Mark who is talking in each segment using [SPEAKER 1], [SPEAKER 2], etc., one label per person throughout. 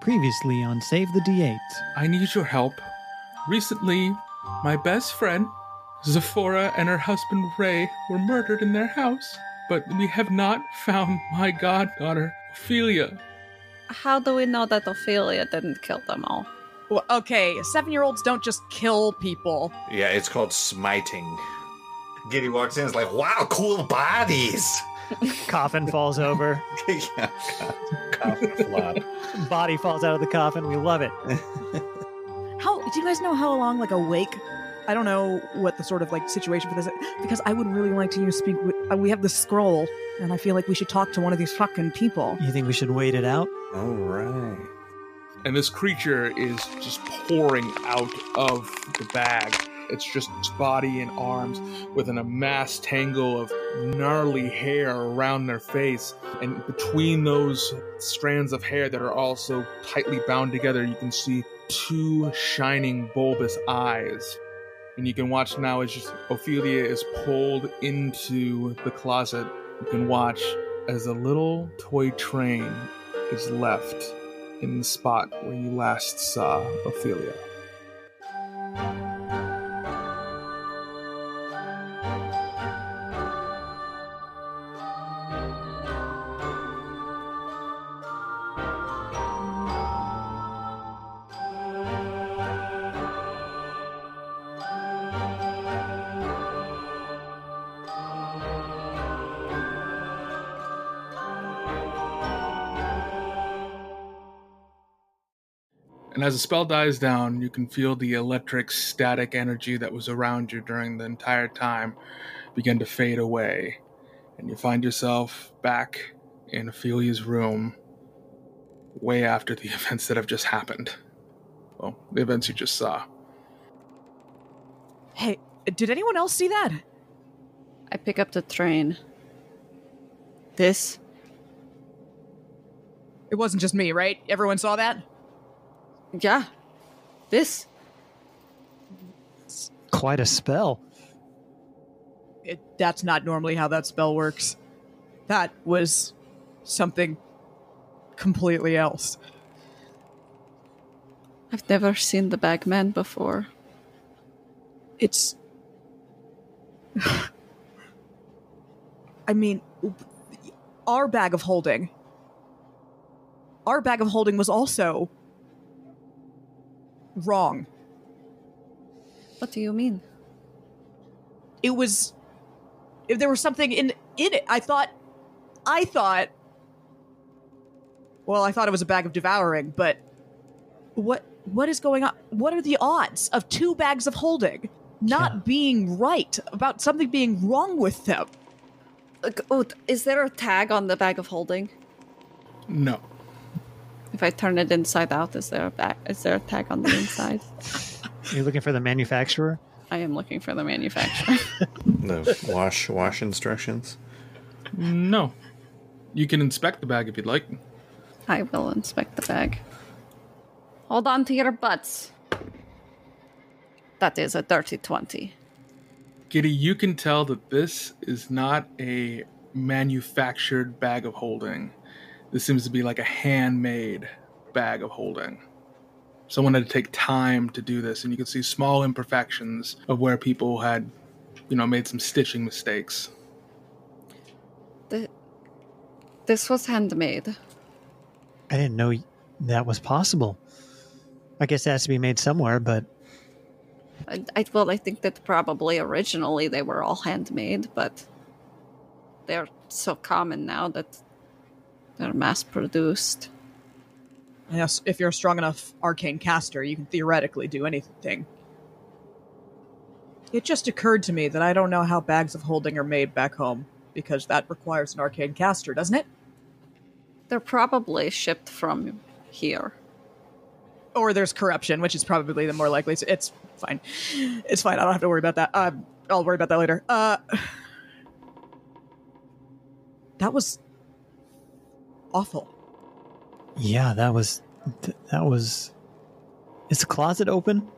[SPEAKER 1] Previously on Save the D8.
[SPEAKER 2] I need your help. Recently, my best friend, Zephora, and her husband Ray were murdered in their house, but we have not found my goddaughter, Ophelia.
[SPEAKER 3] How do we know that Ophelia didn't kill them all?
[SPEAKER 4] Well, okay, seven year olds don't just kill people.
[SPEAKER 5] Yeah, it's called smiting. Giddy walks in, is like, wow, cool bodies.
[SPEAKER 1] Coffin falls over.
[SPEAKER 5] yeah, coffin flop.
[SPEAKER 1] Body falls out of the coffin. We love it.
[SPEAKER 4] How do you guys know how long like a wake? I don't know what the sort of like situation for this because I would really like to you speak. With, uh, we have the scroll, and I feel like we should talk to one of these fucking people.
[SPEAKER 1] You think we should wait it out?
[SPEAKER 5] All right.
[SPEAKER 2] And this creature is just pouring out of the bag. It's just its body and arms with an amassed tangle of gnarly hair around their face. And between those strands of hair that are also tightly bound together, you can see two shining bulbous eyes. And you can watch now as just Ophelia is pulled into the closet. You can watch as a little toy train is left in the spot where you last saw Ophelia. And as the spell dies down, you can feel the electric static energy that was around you during the entire time begin to fade away. And you find yourself back in Ophelia's room way after the events that have just happened. Well, the events you just saw.
[SPEAKER 4] Hey, did anyone else see that?
[SPEAKER 3] I pick up the train. This?
[SPEAKER 4] It wasn't just me, right? Everyone saw that.
[SPEAKER 3] Yeah. This?
[SPEAKER 1] Quite a spell.
[SPEAKER 4] It, that's not normally how that spell works. That was something completely else.
[SPEAKER 3] I've never seen the Bagman before.
[SPEAKER 4] It's. I mean, our bag of holding. Our bag of holding was also wrong.
[SPEAKER 3] What do you mean?
[SPEAKER 4] It was. If there was something in in it, I thought. I thought. Well, I thought it was a bag of devouring, but what what is going on? What are the odds of two bags of holding not being right about something being wrong with them?
[SPEAKER 3] Like, oh, th- is there a tag on the bag of holding?
[SPEAKER 2] No.
[SPEAKER 3] If I turn it inside out, is there a bag? Is there a tag on the inside?
[SPEAKER 1] You're looking for the manufacturer?
[SPEAKER 3] I am looking for the manufacturer.
[SPEAKER 5] The wash wash instructions.
[SPEAKER 2] No. You can inspect the bag if you'd like.
[SPEAKER 3] I will inspect the bag. Hold on to your butts. That is a dirty 20.
[SPEAKER 2] Giddy, you can tell that this is not a manufactured bag of holding. This seems to be like a handmade bag of holding. Someone had to take time to do this, and you can see small imperfections of where people had, you know, made some stitching mistakes.
[SPEAKER 3] Th- This was handmade.
[SPEAKER 1] I didn't know that was possible. I guess it has to be made somewhere, but
[SPEAKER 3] I, I, well, I think that probably originally they were all handmade, but they're so common now that they're mass produced.
[SPEAKER 4] Yes, if you're a strong enough arcane caster, you can theoretically do anything. It just occurred to me that I don't know how bags of holding are made back home because that requires an arcane caster, doesn't it?
[SPEAKER 3] They're probably shipped from here.
[SPEAKER 4] Or there's corruption, which is probably the more likely. It's, it's fine. It's fine. I don't have to worry about that. Uh, I'll worry about that later. Uh, that was awful.
[SPEAKER 1] yeah, that was th- that was. Is the closet open?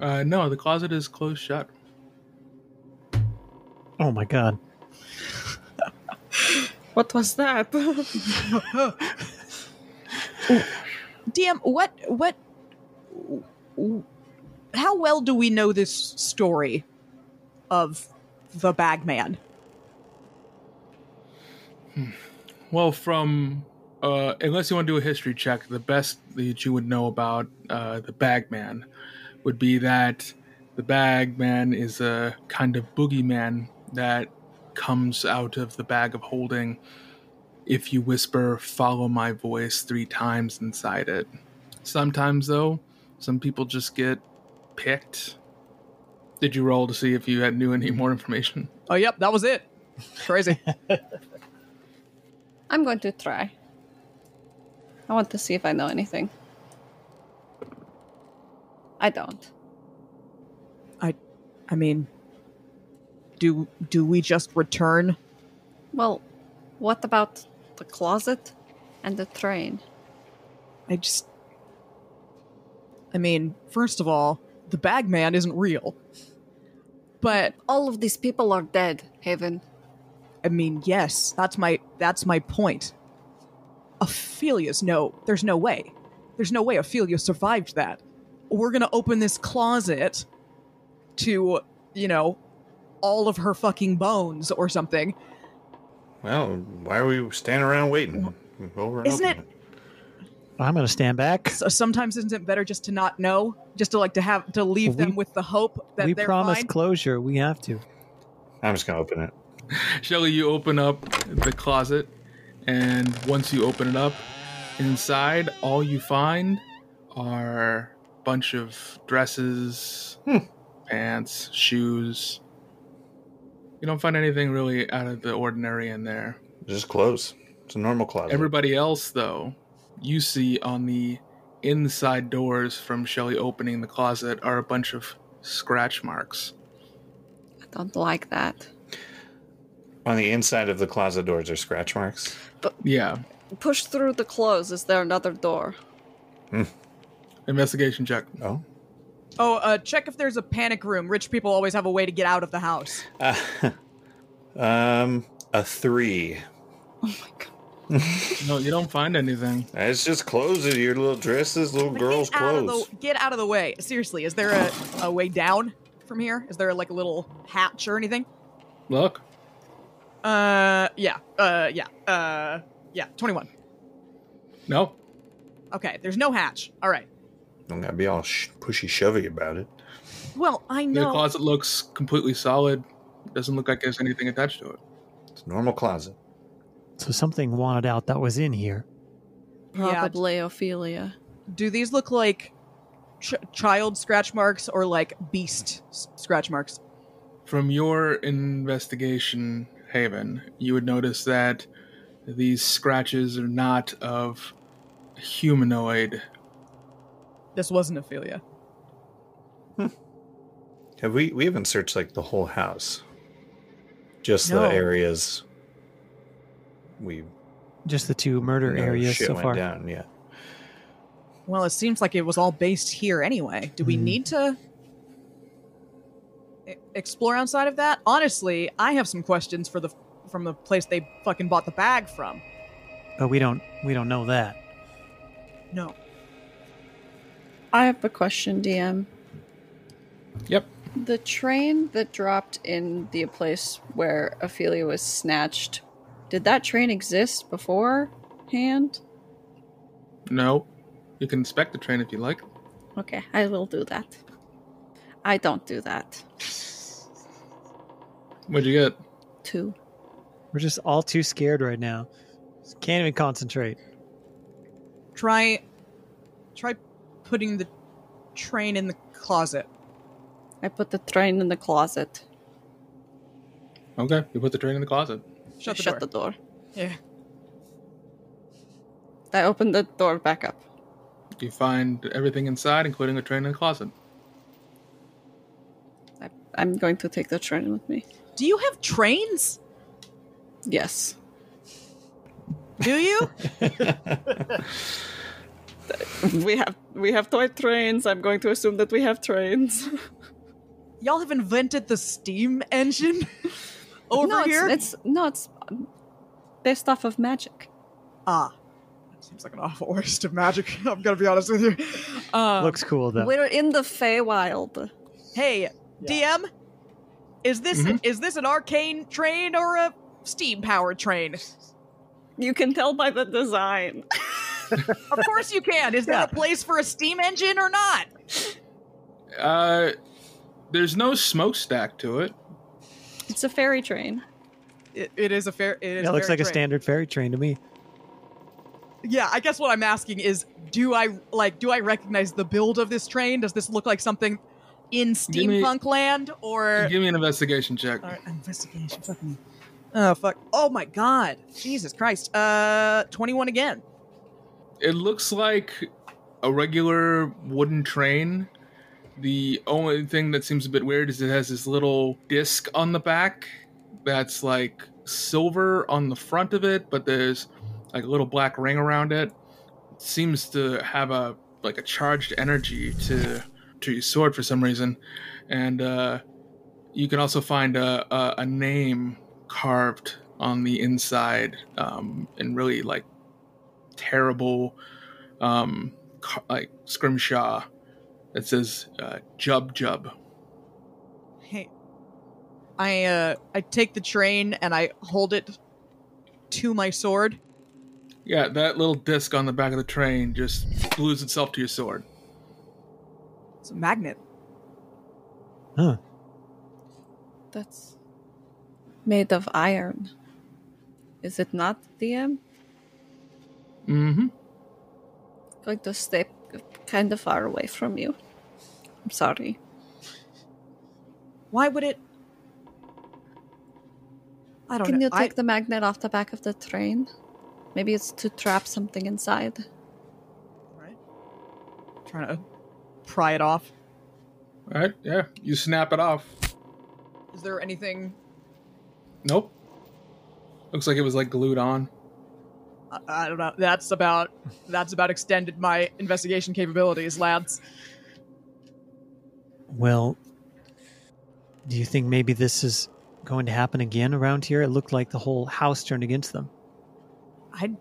[SPEAKER 2] Uh, no, the closet is closed shut.
[SPEAKER 1] Oh my god!
[SPEAKER 3] What was that?
[SPEAKER 4] DM, what what how well do we know this story of the bagman?
[SPEAKER 2] Well, from uh, unless you want to do a history check, the best that you would know about uh, the Bagman would be that the Bagman is a kind of boogeyman that comes out of the bag of holding if you whisper "Follow my voice" three times inside it. Sometimes, though, some people just get picked. Did you roll to see if you had knew any more information?
[SPEAKER 4] Oh yep, that was it. Crazy.
[SPEAKER 3] I'm going to try. I want to see if I know anything. I don't.
[SPEAKER 4] I mean, do do we just return?
[SPEAKER 3] Well, what about the closet and the train?
[SPEAKER 4] I just I mean, first of all, the bagman isn't real. But
[SPEAKER 3] All of these people are dead, Haven.
[SPEAKER 4] I mean, yes, that's my that's my point. Ophelia's no, there's no way. There's no way Ophelia survived that. We're gonna open this closet to, you know, all of her fucking bones or something.
[SPEAKER 5] Well, why are we standing around waiting? Over and
[SPEAKER 4] Isn't
[SPEAKER 5] over.
[SPEAKER 4] it-
[SPEAKER 1] I'm going to stand back.
[SPEAKER 4] So sometimes isn't it better just to not know? Just to like to have to leave
[SPEAKER 1] Well, we-
[SPEAKER 4] them with the hope that
[SPEAKER 1] We
[SPEAKER 4] they're
[SPEAKER 1] promised
[SPEAKER 4] fine.
[SPEAKER 1] closure. We have to.
[SPEAKER 5] I'm just gonna open it.
[SPEAKER 2] Shelly, you open up the closet, and once you open it up, inside all you find are a bunch of dresses, pants, shoes. You don't find anything really out of the ordinary in there.
[SPEAKER 5] Just close. It's a normal closet.
[SPEAKER 2] Everybody else, though, you see on the inside doors from Shelly opening the closet are a bunch of scratch marks.
[SPEAKER 3] I don't like that.
[SPEAKER 5] On the inside of the closet doors are scratch marks.
[SPEAKER 2] Yeah.
[SPEAKER 3] Push through the clothes. Is there another door?
[SPEAKER 2] Investigation check.
[SPEAKER 5] Oh.
[SPEAKER 4] Oh, uh, check if there's a panic room. Rich people always have a way to get out of the house.
[SPEAKER 5] Uh, um, a three.
[SPEAKER 3] Oh my god.
[SPEAKER 2] No, you don't find anything.
[SPEAKER 5] It's just clothes. Your little dresses, little girls'
[SPEAKER 4] get out, of
[SPEAKER 5] clothes.
[SPEAKER 4] the, get out of the way. Seriously, is there a, a way down from here? Is there like a little hatch or anything?
[SPEAKER 2] Look.
[SPEAKER 4] Uh, yeah. Uh, yeah. Uh, yeah. 21.
[SPEAKER 2] No.
[SPEAKER 4] Okay, there's no hatch. All right.
[SPEAKER 5] Don't gotta be all sh- pushy shovey about it.
[SPEAKER 4] Well, I
[SPEAKER 2] The
[SPEAKER 4] know.
[SPEAKER 2] closet looks completely solid. Doesn't look like there's anything attached to it.
[SPEAKER 5] It's a normal closet.
[SPEAKER 1] So something wanted out that was in here.
[SPEAKER 4] Yeah.
[SPEAKER 3] Probably Ophelia.
[SPEAKER 4] Do these look like ch- child scratch marks or like beast s- scratch marks?
[SPEAKER 2] From your investigation, Haven, you would notice that these scratches are not of humanoid.
[SPEAKER 4] This wasn't Ophelia.
[SPEAKER 5] Have we? We haven't searched like the whole house. Just
[SPEAKER 4] No.
[SPEAKER 5] the areas. We
[SPEAKER 1] Just the two murder
[SPEAKER 5] know
[SPEAKER 1] areas
[SPEAKER 5] shit
[SPEAKER 1] so
[SPEAKER 5] went
[SPEAKER 1] far.
[SPEAKER 5] down. Yeah.
[SPEAKER 4] Well, it seems like it was all based here anyway. Do we
[SPEAKER 1] Hmm.
[SPEAKER 4] need to e- explore outside of that? Honestly, I have some questions for the from the place they fucking bought the bag from.
[SPEAKER 1] But we don't we don't know that.
[SPEAKER 4] No.
[SPEAKER 3] I have a question, DM.
[SPEAKER 2] Yep.
[SPEAKER 3] The train that dropped in the place where Ophelia was snatched, did that train exist beforehand?
[SPEAKER 2] No. You can inspect the train if you like.
[SPEAKER 3] Okay, I will do that. I don't do that.
[SPEAKER 2] What'd you get?
[SPEAKER 3] Too.
[SPEAKER 1] We're just all too scared right now. Can't even concentrate.
[SPEAKER 4] Try try putting the train in the closet.
[SPEAKER 3] I put the train in the closet.
[SPEAKER 2] Okay. You put the train in the closet.
[SPEAKER 4] Shut the
[SPEAKER 3] Shut
[SPEAKER 4] door.
[SPEAKER 3] the door.
[SPEAKER 4] yeah.
[SPEAKER 3] I opened the door back up.
[SPEAKER 2] You find everything inside, including the train in the closet.
[SPEAKER 3] I, I'm going to take the train with me.
[SPEAKER 4] Do you have trains?
[SPEAKER 3] Yes.
[SPEAKER 4] Do you?
[SPEAKER 3] We have we have toy trains. I'm going to assume that we have trains.
[SPEAKER 4] Y'all have invented the steam engine over
[SPEAKER 3] no,
[SPEAKER 4] here?
[SPEAKER 3] It's, it's no, it's um, based off of magic.
[SPEAKER 4] ah. Seems like an awful waste of magic. I'm gonna be honest with you. Um,
[SPEAKER 1] Looks cool though.
[SPEAKER 3] We're in the Feywild.
[SPEAKER 4] Hey, DM, is this
[SPEAKER 2] Mhm.
[SPEAKER 4] is this an arcane train or a steam powered train?
[SPEAKER 3] You can tell by the design.
[SPEAKER 4] Of course you can. Is there a place for a steam engine or not?
[SPEAKER 2] Uh, there's no smokestack to it.
[SPEAKER 3] It's a fairy train.
[SPEAKER 4] It, it is a fair. It is
[SPEAKER 1] That looks
[SPEAKER 4] fair
[SPEAKER 1] like a
[SPEAKER 4] trade.
[SPEAKER 1] standard ferry train to me.
[SPEAKER 4] Yeah, I guess what I'm asking is, do I like do I recognize the build of this train? Does this look like something
[SPEAKER 2] Give
[SPEAKER 4] in
[SPEAKER 2] me-
[SPEAKER 4] steampunk land or?
[SPEAKER 2] Give me an investigation check.
[SPEAKER 4] All right, investigation. Fuck me. Oh fuck. Oh my god. Jesus Christ. Uh, twenty-one again.
[SPEAKER 2] It looks like a regular wooden train. The only thing that seems a bit weird is it has this little disc on the back that's like silver on the front of it, but there's like a little black ring around it. it seems to have a like a charged energy to to your sword for some reason, and uh, you can also find a, a, a name carved on the inside um, in really like terrible um ca- like scrimshaw that says uh, jub jub
[SPEAKER 4] Hey, I uh, I take the train and I hold it to my sword.
[SPEAKER 2] yeah that little disc on the back of the train just glues itself to your sword
[SPEAKER 4] It's a magnet.
[SPEAKER 1] Huh.
[SPEAKER 3] That's made of iron. Is it not, DM?
[SPEAKER 2] mm-hmm
[SPEAKER 3] Going to stay kind of far away from you. I'm sorry.
[SPEAKER 4] Why would it? I don't
[SPEAKER 3] Can
[SPEAKER 4] know.
[SPEAKER 3] you take the magnet off the back of the train? Maybe it's to trap something inside.
[SPEAKER 4] I, right? Trying to pry it off.
[SPEAKER 2] all right yeah you snap it off
[SPEAKER 4] Is there anything?
[SPEAKER 2] nope looks like it was like glued on
[SPEAKER 4] I, I don't know. That's about. That's about extended my investigation capabilities, lads.
[SPEAKER 1] Well, do you think maybe this is going to happen again around here? It looked like the whole house turned against them.
[SPEAKER 4] I.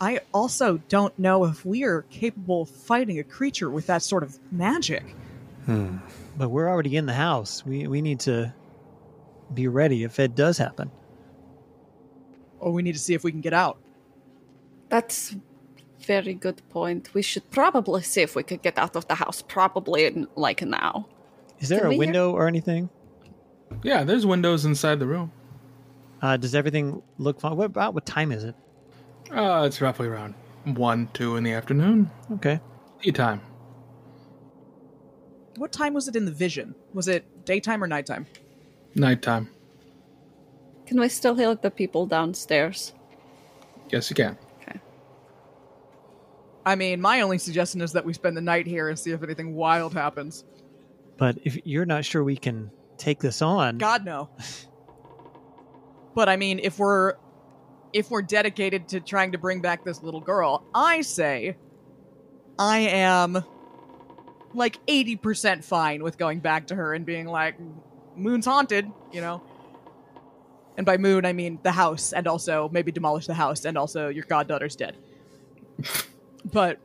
[SPEAKER 4] I also don't know if we are capable of fighting a creature with that sort of magic.
[SPEAKER 1] But we're already in the house. We we need to be ready if it does happen.
[SPEAKER 4] Or Oh, we need to see if we can get out.
[SPEAKER 3] That's very good point. We should probably see if we could get out of the house probably in like now.
[SPEAKER 1] Is there
[SPEAKER 3] Can
[SPEAKER 1] a
[SPEAKER 3] we hear-
[SPEAKER 1] window or anything?
[SPEAKER 2] yeah there's windows inside the room
[SPEAKER 1] Uh, does everything look fine? What about what time is it?
[SPEAKER 2] uh it's roughly around one two in the afternoon
[SPEAKER 1] Okay.
[SPEAKER 2] tea time
[SPEAKER 4] What time was it in the vision? Was it daytime or nighttime?
[SPEAKER 2] nighttime
[SPEAKER 3] Can we still hear the people downstairs?
[SPEAKER 2] yes you can
[SPEAKER 3] Okay.
[SPEAKER 4] I mean, my only suggestion is that we spend the night here and see if anything wild happens.
[SPEAKER 1] But if you're not sure we can take this on,
[SPEAKER 4] God no. But I mean, if we're if we're dedicated to trying to bring back this little girl, I say I am like 80% fine with going back to her and being like moon's haunted, you know. And by moon, I mean the house and also maybe demolish the house and also your goddaughter's dead. but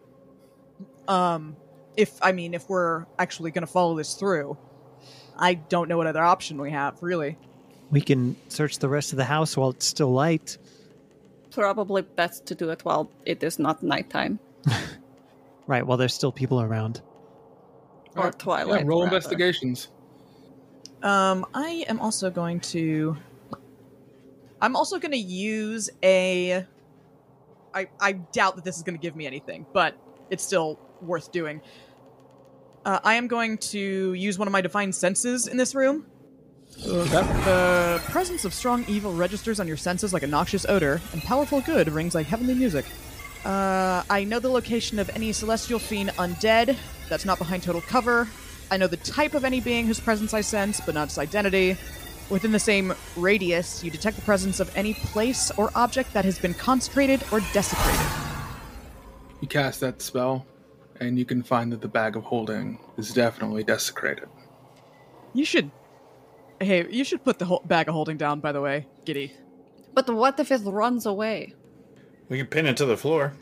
[SPEAKER 4] um if I mean if we're actually going to follow this through, I don't know what other option we have, really.
[SPEAKER 1] we can search the rest of the house while it's still light.
[SPEAKER 3] Probably best to do it while it is not nighttime
[SPEAKER 1] Right, while there's still people around.
[SPEAKER 3] or
[SPEAKER 2] Alright.
[SPEAKER 3] twilight.
[SPEAKER 2] yeah, roll
[SPEAKER 3] rather.
[SPEAKER 2] investigations
[SPEAKER 4] Um, I am also going to. I'm also going to use a. I I doubt that this is going to give me anything, but it's still worth doing. Uh, I am going to use one of my defined senses in this room. The presence of strong evil registers on your senses like a noxious odor, and powerful good rings like heavenly music. Uh, I know the location of any celestial fiend undead that's not behind total cover. I know the type of any being whose presence I sense, but not its identity. Within the same radius, you detect the presence of any place or object that has been consecrated or desecrated.
[SPEAKER 2] you cast that spell and you can find that the bag of holding is definitely desecrated
[SPEAKER 4] You should. Hey, you should put the whole bag of holding down, by the way, Giddy.
[SPEAKER 3] But what if it runs away?
[SPEAKER 5] We can pin it to the floor.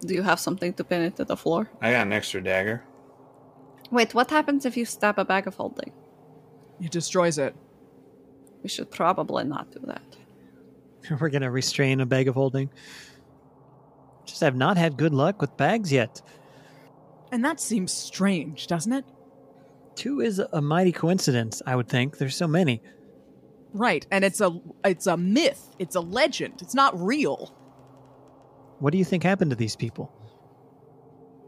[SPEAKER 3] Do you have something to pin it to the floor?
[SPEAKER 5] I got an extra dagger.
[SPEAKER 3] Wait, what happens if you stab a bag of holding?
[SPEAKER 4] It destroys it.
[SPEAKER 3] We should probably not do that.
[SPEAKER 1] We're going to restrain a bag of holding. Just have not had good luck with bags yet.
[SPEAKER 4] And that seems strange, doesn't it?
[SPEAKER 1] Two is a mighty coincidence, I would think. There's so many.
[SPEAKER 4] Right. And it's a it's a myth. It's a legend. It's not real.
[SPEAKER 1] What do you think happened to these people?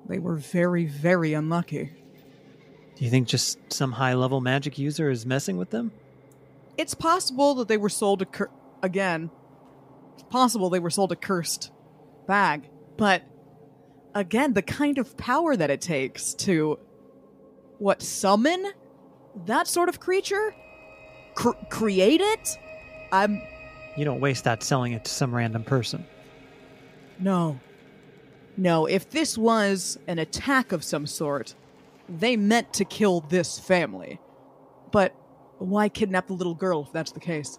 [SPEAKER 4] They were very, very unlucky.
[SPEAKER 1] Do you think just some high level magic user is messing with them?
[SPEAKER 4] It's possible that they were sold a cur- again. It's possible they were sold a cursed bag, but again, the kind of power that it takes to what summon that sort of creature, Cr- create it. I'm
[SPEAKER 1] You don't waste that selling it to some random person.
[SPEAKER 4] No. No, if this was an attack of some sort, they meant to kill this family. But why kidnap the little girl if that's the case?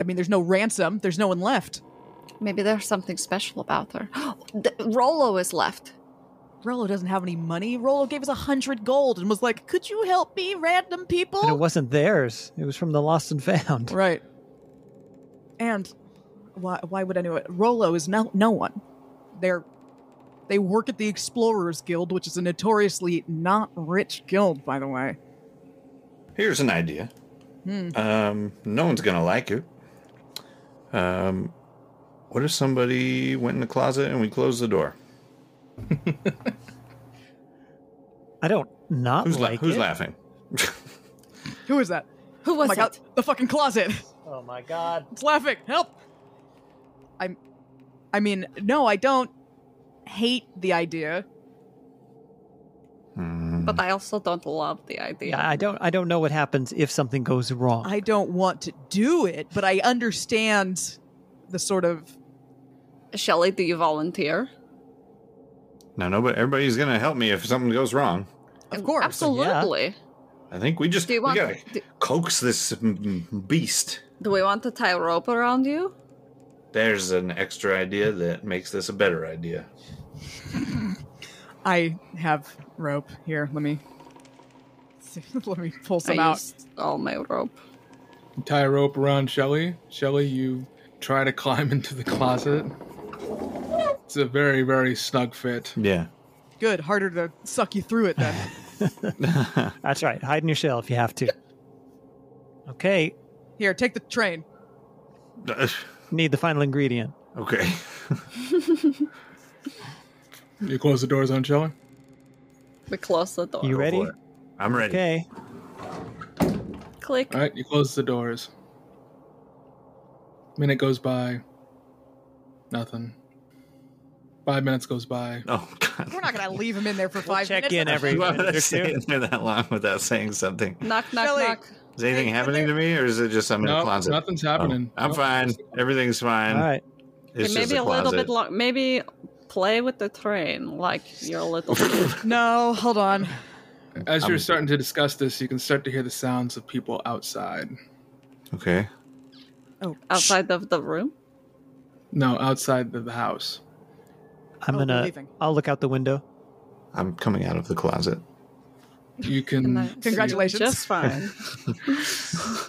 [SPEAKER 4] I mean, there's no ransom, there's no one left.
[SPEAKER 3] Maybe there's something special about her. The- Rolo is left.
[SPEAKER 4] Rollo doesn't have any money. Rollo gave us a hundred gold and was like, Could you help me, random people?
[SPEAKER 1] But it wasn't theirs. It was from the lost and found.
[SPEAKER 4] Right. And why why would anyone Rolo is no no one. They're they work at the Explorers Guild, which is a notoriously not rich guild, by the way.
[SPEAKER 5] Here's an idea. Um, no one's gonna like it. Um, what if somebody went in the closet and we closed the door?
[SPEAKER 1] I don't not
[SPEAKER 5] Who's la-
[SPEAKER 1] like
[SPEAKER 5] who's
[SPEAKER 1] it.
[SPEAKER 5] laughing?
[SPEAKER 4] Who is that?
[SPEAKER 3] Who
[SPEAKER 4] Oh
[SPEAKER 3] was
[SPEAKER 4] my
[SPEAKER 3] it?
[SPEAKER 4] god, the fucking closet.
[SPEAKER 1] Oh my god.
[SPEAKER 4] It's laughing. Help. I'm I mean, no, I don't hate the idea.
[SPEAKER 3] But I also don't love the idea.
[SPEAKER 1] Yeah, I don't I don't know what happens if something goes wrong.
[SPEAKER 4] I don't want to do it, but I understand the sort of
[SPEAKER 3] Shelly, do you volunteer?
[SPEAKER 5] now, nobody, everybody's gonna help me if something goes wrong.
[SPEAKER 4] of course.
[SPEAKER 3] Absolutely.
[SPEAKER 5] I think we just
[SPEAKER 3] Do you
[SPEAKER 5] we
[SPEAKER 3] want
[SPEAKER 5] gotta
[SPEAKER 3] do,
[SPEAKER 5] coax this mm, beast.
[SPEAKER 3] do we want to tie a rope around you?
[SPEAKER 5] There's an extra idea that makes this a better idea.
[SPEAKER 4] I have rope here. Let me let me pull some
[SPEAKER 3] I
[SPEAKER 4] out.
[SPEAKER 3] used all my rope.
[SPEAKER 2] Tie a rope around Shelly. Shelly, you try to climb into the closet. It's a very, very snug fit.
[SPEAKER 5] Yeah.
[SPEAKER 4] Good, harder to suck you through it then.
[SPEAKER 1] That's right. Hide in your shell if you have to. Okay.
[SPEAKER 4] here, take the train.
[SPEAKER 1] Need the final ingredient.
[SPEAKER 5] okay.
[SPEAKER 2] You close the doors on Shelly.
[SPEAKER 3] We close the door.
[SPEAKER 1] You
[SPEAKER 5] Go
[SPEAKER 1] ready?
[SPEAKER 5] for it. Oh, I'm ready.
[SPEAKER 1] Okay.
[SPEAKER 3] Click.
[SPEAKER 2] All right, you close the doors. Minute goes by. Nothing. Five minutes goes by.
[SPEAKER 5] Oh God.
[SPEAKER 4] We're not gonna leave him in there for five
[SPEAKER 1] check
[SPEAKER 4] minutes.
[SPEAKER 1] in every-
[SPEAKER 5] Why would I
[SPEAKER 1] Minute or
[SPEAKER 5] stay
[SPEAKER 1] two.
[SPEAKER 5] in there that long without saying something?
[SPEAKER 3] Knock, knock,
[SPEAKER 4] Shelly.
[SPEAKER 3] knock.
[SPEAKER 5] Is anything happening to me, or is it just I'm in
[SPEAKER 2] No,
[SPEAKER 5] a closet?
[SPEAKER 2] nothing's
[SPEAKER 5] Oh,
[SPEAKER 2] happening.
[SPEAKER 5] I'm
[SPEAKER 2] No.
[SPEAKER 5] fine. Everything's fine.
[SPEAKER 1] All right.
[SPEAKER 5] It's
[SPEAKER 3] maybe
[SPEAKER 5] just
[SPEAKER 3] a,
[SPEAKER 5] a,
[SPEAKER 3] little bit
[SPEAKER 5] closet.
[SPEAKER 3] long. Maybe play with the train like you're a little.
[SPEAKER 4] No, hold on.
[SPEAKER 2] As you're
[SPEAKER 5] I'm-
[SPEAKER 2] starting to discuss this, you can start to hear the sounds of people outside.
[SPEAKER 5] Okay.
[SPEAKER 4] Oh,
[SPEAKER 3] outside of the room.
[SPEAKER 2] No, outside of the house.
[SPEAKER 1] I'm
[SPEAKER 4] Oh, we're
[SPEAKER 1] gonna
[SPEAKER 4] leaving.
[SPEAKER 1] I'll look out the window.
[SPEAKER 5] I'm coming out of the closet.
[SPEAKER 2] You can
[SPEAKER 3] And that's
[SPEAKER 4] Congratulations.
[SPEAKER 3] Just fine.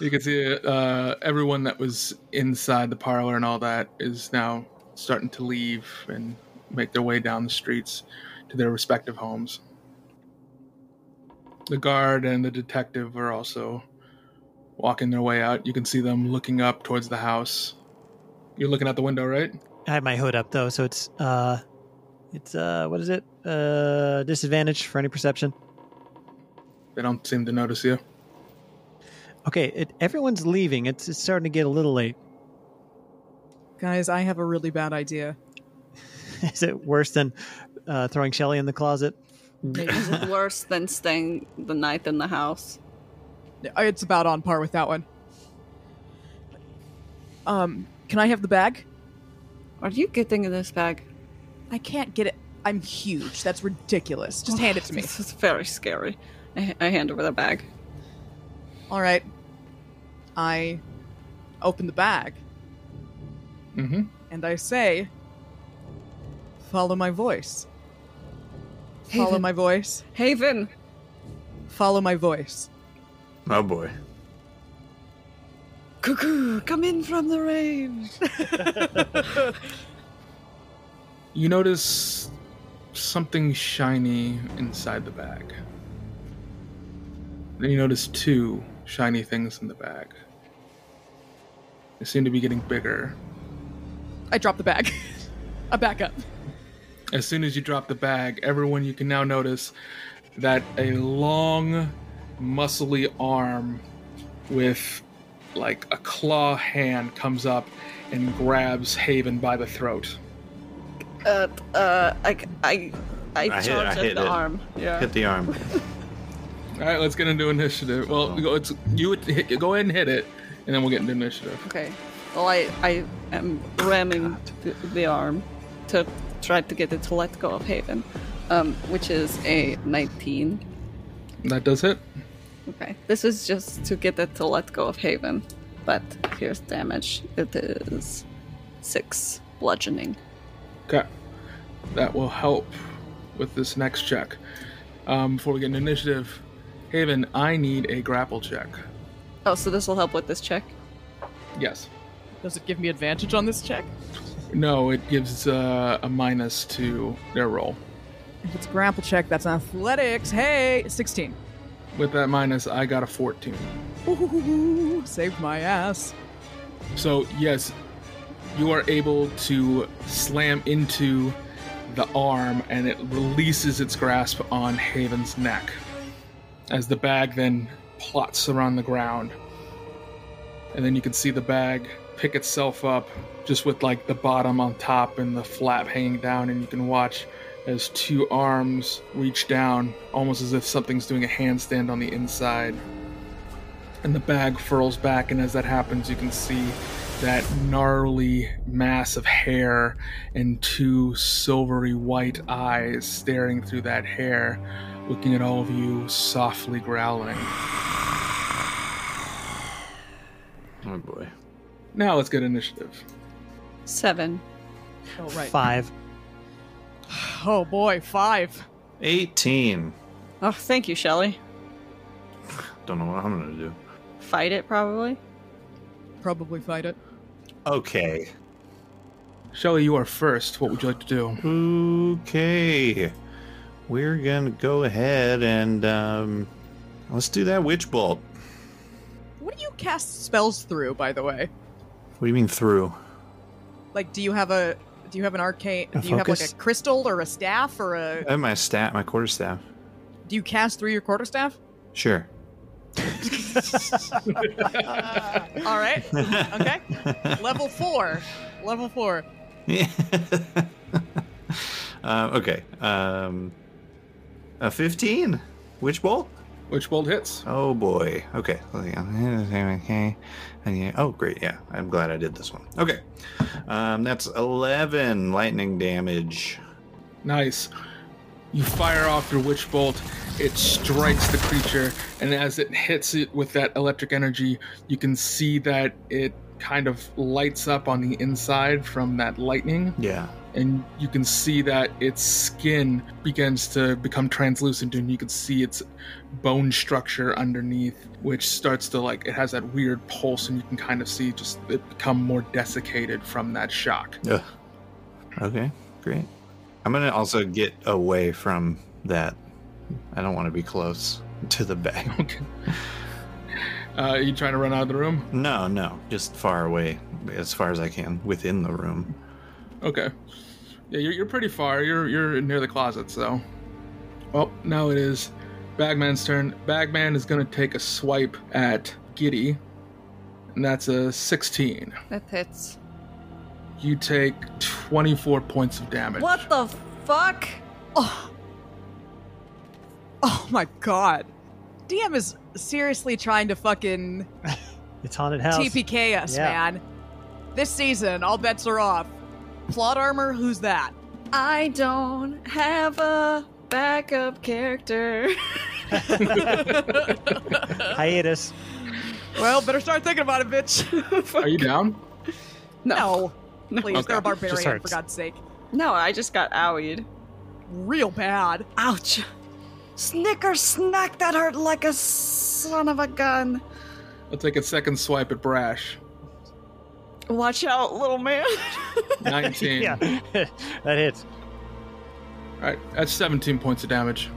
[SPEAKER 2] You can see uh, everyone that was inside the parlor and all that is now starting to leave and make their way down the streets to their respective homes. The guard and the detective are also walking their way out. You can see them looking up towards the house. You're looking out the window, right?
[SPEAKER 1] I have my hood up though, so it's uh it's uh what is it? Uh disadvantage for any perception.
[SPEAKER 2] They don't seem to notice you.
[SPEAKER 1] Okay, it, everyone's leaving. It's it's starting to get a little late.
[SPEAKER 4] guys, I have a really bad idea.
[SPEAKER 1] Is it worse than uh, throwing Shelly in the closet?
[SPEAKER 4] Maybe.
[SPEAKER 3] Is it worse than staying the night in the house?
[SPEAKER 4] Uh, it's about on par with that one. Um, can I have the bag?
[SPEAKER 3] Are you getting in this bag?
[SPEAKER 4] I can't get it. I'm huge. That's ridiculous. Just hand it to me.
[SPEAKER 3] Oh, This is very scary. I, I hand over the bag.
[SPEAKER 4] All right. I open the bag
[SPEAKER 2] Mm-hmm.
[SPEAKER 4] and I say, Follow my voice. Follow
[SPEAKER 3] Haven.
[SPEAKER 4] my voice.
[SPEAKER 3] Haven.
[SPEAKER 4] Follow my voice.
[SPEAKER 5] Oh boy.
[SPEAKER 3] Cuckoo, come in from the rain.
[SPEAKER 2] You notice something shiny inside the bag. Then you notice two shiny things in the bag. They seem to be getting bigger.
[SPEAKER 4] I drop the bag. I back up.
[SPEAKER 2] As soon as you drop the bag, everyone you can now notice that a long, muscly arm with like a claw hand comes up and grabs Haven by the throat.
[SPEAKER 3] Uh, uh, I, I, I,
[SPEAKER 5] I hit-
[SPEAKER 3] charge
[SPEAKER 5] I
[SPEAKER 3] at
[SPEAKER 5] hit
[SPEAKER 3] the
[SPEAKER 5] it.
[SPEAKER 3] arm. Yeah.
[SPEAKER 5] Hit the arm.
[SPEAKER 2] All right, let's get into initiative. Well, go, it's, you would hit, go ahead and hit it, and then we'll get into initiative.
[SPEAKER 3] Okay. Well, I, I am ramming the, the arm to try to get it to let go of Haven, um, which is a 19.
[SPEAKER 2] That does hit.
[SPEAKER 3] Okay. This is just to get it to let go of Haven, but here's damage. It is six bludgeoning.
[SPEAKER 2] Okay. That will help with this next check. Um, before we get into initiative, Haven, I need a grapple check.
[SPEAKER 3] Oh, so this will help with this check.
[SPEAKER 2] Yes.
[SPEAKER 4] Does it give me advantage on this check?
[SPEAKER 2] No, it gives uh, a minus to their roll.
[SPEAKER 4] If it's a grapple check, that's athletics. Hey, 16.
[SPEAKER 2] With that minus, I got a 14.
[SPEAKER 4] Ooh, saved my ass.
[SPEAKER 2] So, yes, you are able to slam into the arm and it releases its grasp on Haven's neck as the bag then plots around the ground. And then you can see the bag pick itself up just with like the bottom on top and the flap hanging down, and you can watch as two arms reach down almost as if something's doing a handstand on the inside. and the bag furls back and as that happens you can see that gnarly mass of hair and two silvery white eyes staring through that hair looking at all of you softly growling
[SPEAKER 5] Oh boy.
[SPEAKER 2] now let's get initiative
[SPEAKER 3] Seven.
[SPEAKER 4] Oh, right.
[SPEAKER 1] Five.
[SPEAKER 4] Oh, boy, five.
[SPEAKER 5] 18.
[SPEAKER 3] Oh, thank you, Shelly.
[SPEAKER 5] Don't know what I'm gonna do.
[SPEAKER 3] Fight it, probably.
[SPEAKER 4] Probably fight it.
[SPEAKER 5] Okay.
[SPEAKER 2] shelly you are first what would you like to do
[SPEAKER 5] Okay. We're gonna go ahead and um, let's do that witch bolt.
[SPEAKER 4] What do you cast spells through, by the way?
[SPEAKER 5] What do you mean through?
[SPEAKER 4] Like, do you have a do you have an arcane?
[SPEAKER 1] A
[SPEAKER 4] do you have
[SPEAKER 1] focus?
[SPEAKER 4] like a crystal or a staff or a?
[SPEAKER 5] Uh, my stat, my quarter staff.
[SPEAKER 4] Do you cast through your quarterstaff?
[SPEAKER 5] Sure.
[SPEAKER 4] All right. Okay. Level four. Level four.
[SPEAKER 5] Yeah. um, okay. Um, a 15? Witch bolt?
[SPEAKER 2] which bolt hits
[SPEAKER 5] Oh boy. Okay. Okay. Oh, great. Yeah. I'm glad I did this one. Okay. Um, that's 11 lightning damage.
[SPEAKER 2] Nice. You fire off your witch bolt. It strikes the creature, and as it hits it with that electric energy, you can see that it kind of lights up on the inside from that lightning,
[SPEAKER 5] Yeah.
[SPEAKER 2] and you can see that its skin begins to become translucent, and you can see its bone structure underneath, which starts to like it has that weird pulse, and you can kind of see just it become more desiccated from that shock.
[SPEAKER 5] Ugh. Okay. Great. I'm going to also get away from that. I don't want to be close to the bag.
[SPEAKER 2] Okay. Uh, you trying to run out of the room?
[SPEAKER 5] No, no. Just far away as far as I can within the room.
[SPEAKER 2] Okay. Yeah, you're, you're pretty far. You're you're near the closet, so. Well, now it is Bagman's turn. Bagman is going to take a swipe at Giddy, and that's a 16.
[SPEAKER 3] That hits.
[SPEAKER 2] You take 24 points of damage.
[SPEAKER 3] What the fuck?
[SPEAKER 4] Oh my god. DM is seriously trying to fucking
[SPEAKER 1] It's haunted house.
[SPEAKER 4] TPK us,
[SPEAKER 1] Yeah.
[SPEAKER 4] man. This season, all bets are off. Plot armor, who's that?
[SPEAKER 3] I don't have a backup character.
[SPEAKER 1] Hiatus.
[SPEAKER 4] Well, better start thinking about it, bitch.
[SPEAKER 2] Are you down?
[SPEAKER 4] no. Please,
[SPEAKER 2] Okay.
[SPEAKER 4] they're a barbarian,
[SPEAKER 1] hurts.
[SPEAKER 4] for God's sake.
[SPEAKER 3] No, I just got owied.
[SPEAKER 4] Real bad.
[SPEAKER 3] Ouch. Snicker snack that hurt like a son of a gun.
[SPEAKER 2] I'll take a second swipe at Brash.
[SPEAKER 3] Watch out, little man.
[SPEAKER 2] 19.
[SPEAKER 1] Yeah, that hits.
[SPEAKER 2] All right, that's 17 points of damage.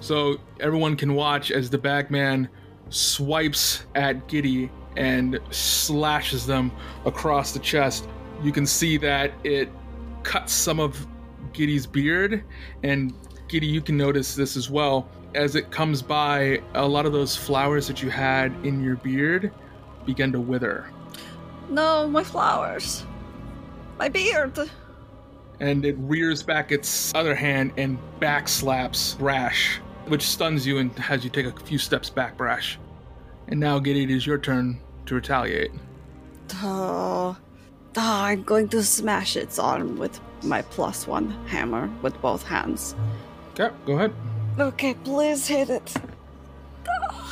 [SPEAKER 2] So everyone can watch as the Bagman swipes at Giddy and slashes them across the chest. You can see that it cuts some of Giddy's beard, and Giddy, you can notice this as well. As it comes by, a lot of those flowers that you had in your beard begin to wither.
[SPEAKER 3] no, my flowers. My beard.
[SPEAKER 2] and it rears back its other hand and backslaps Brash, which stuns you and has you take a few steps back, Brash. And now, Giddy, it is your turn to retaliate.
[SPEAKER 3] Oh, oh, I'm going to smash its arm with my plus one hammer with both hands.
[SPEAKER 2] Okay, go ahead.
[SPEAKER 3] Okay, please hit it.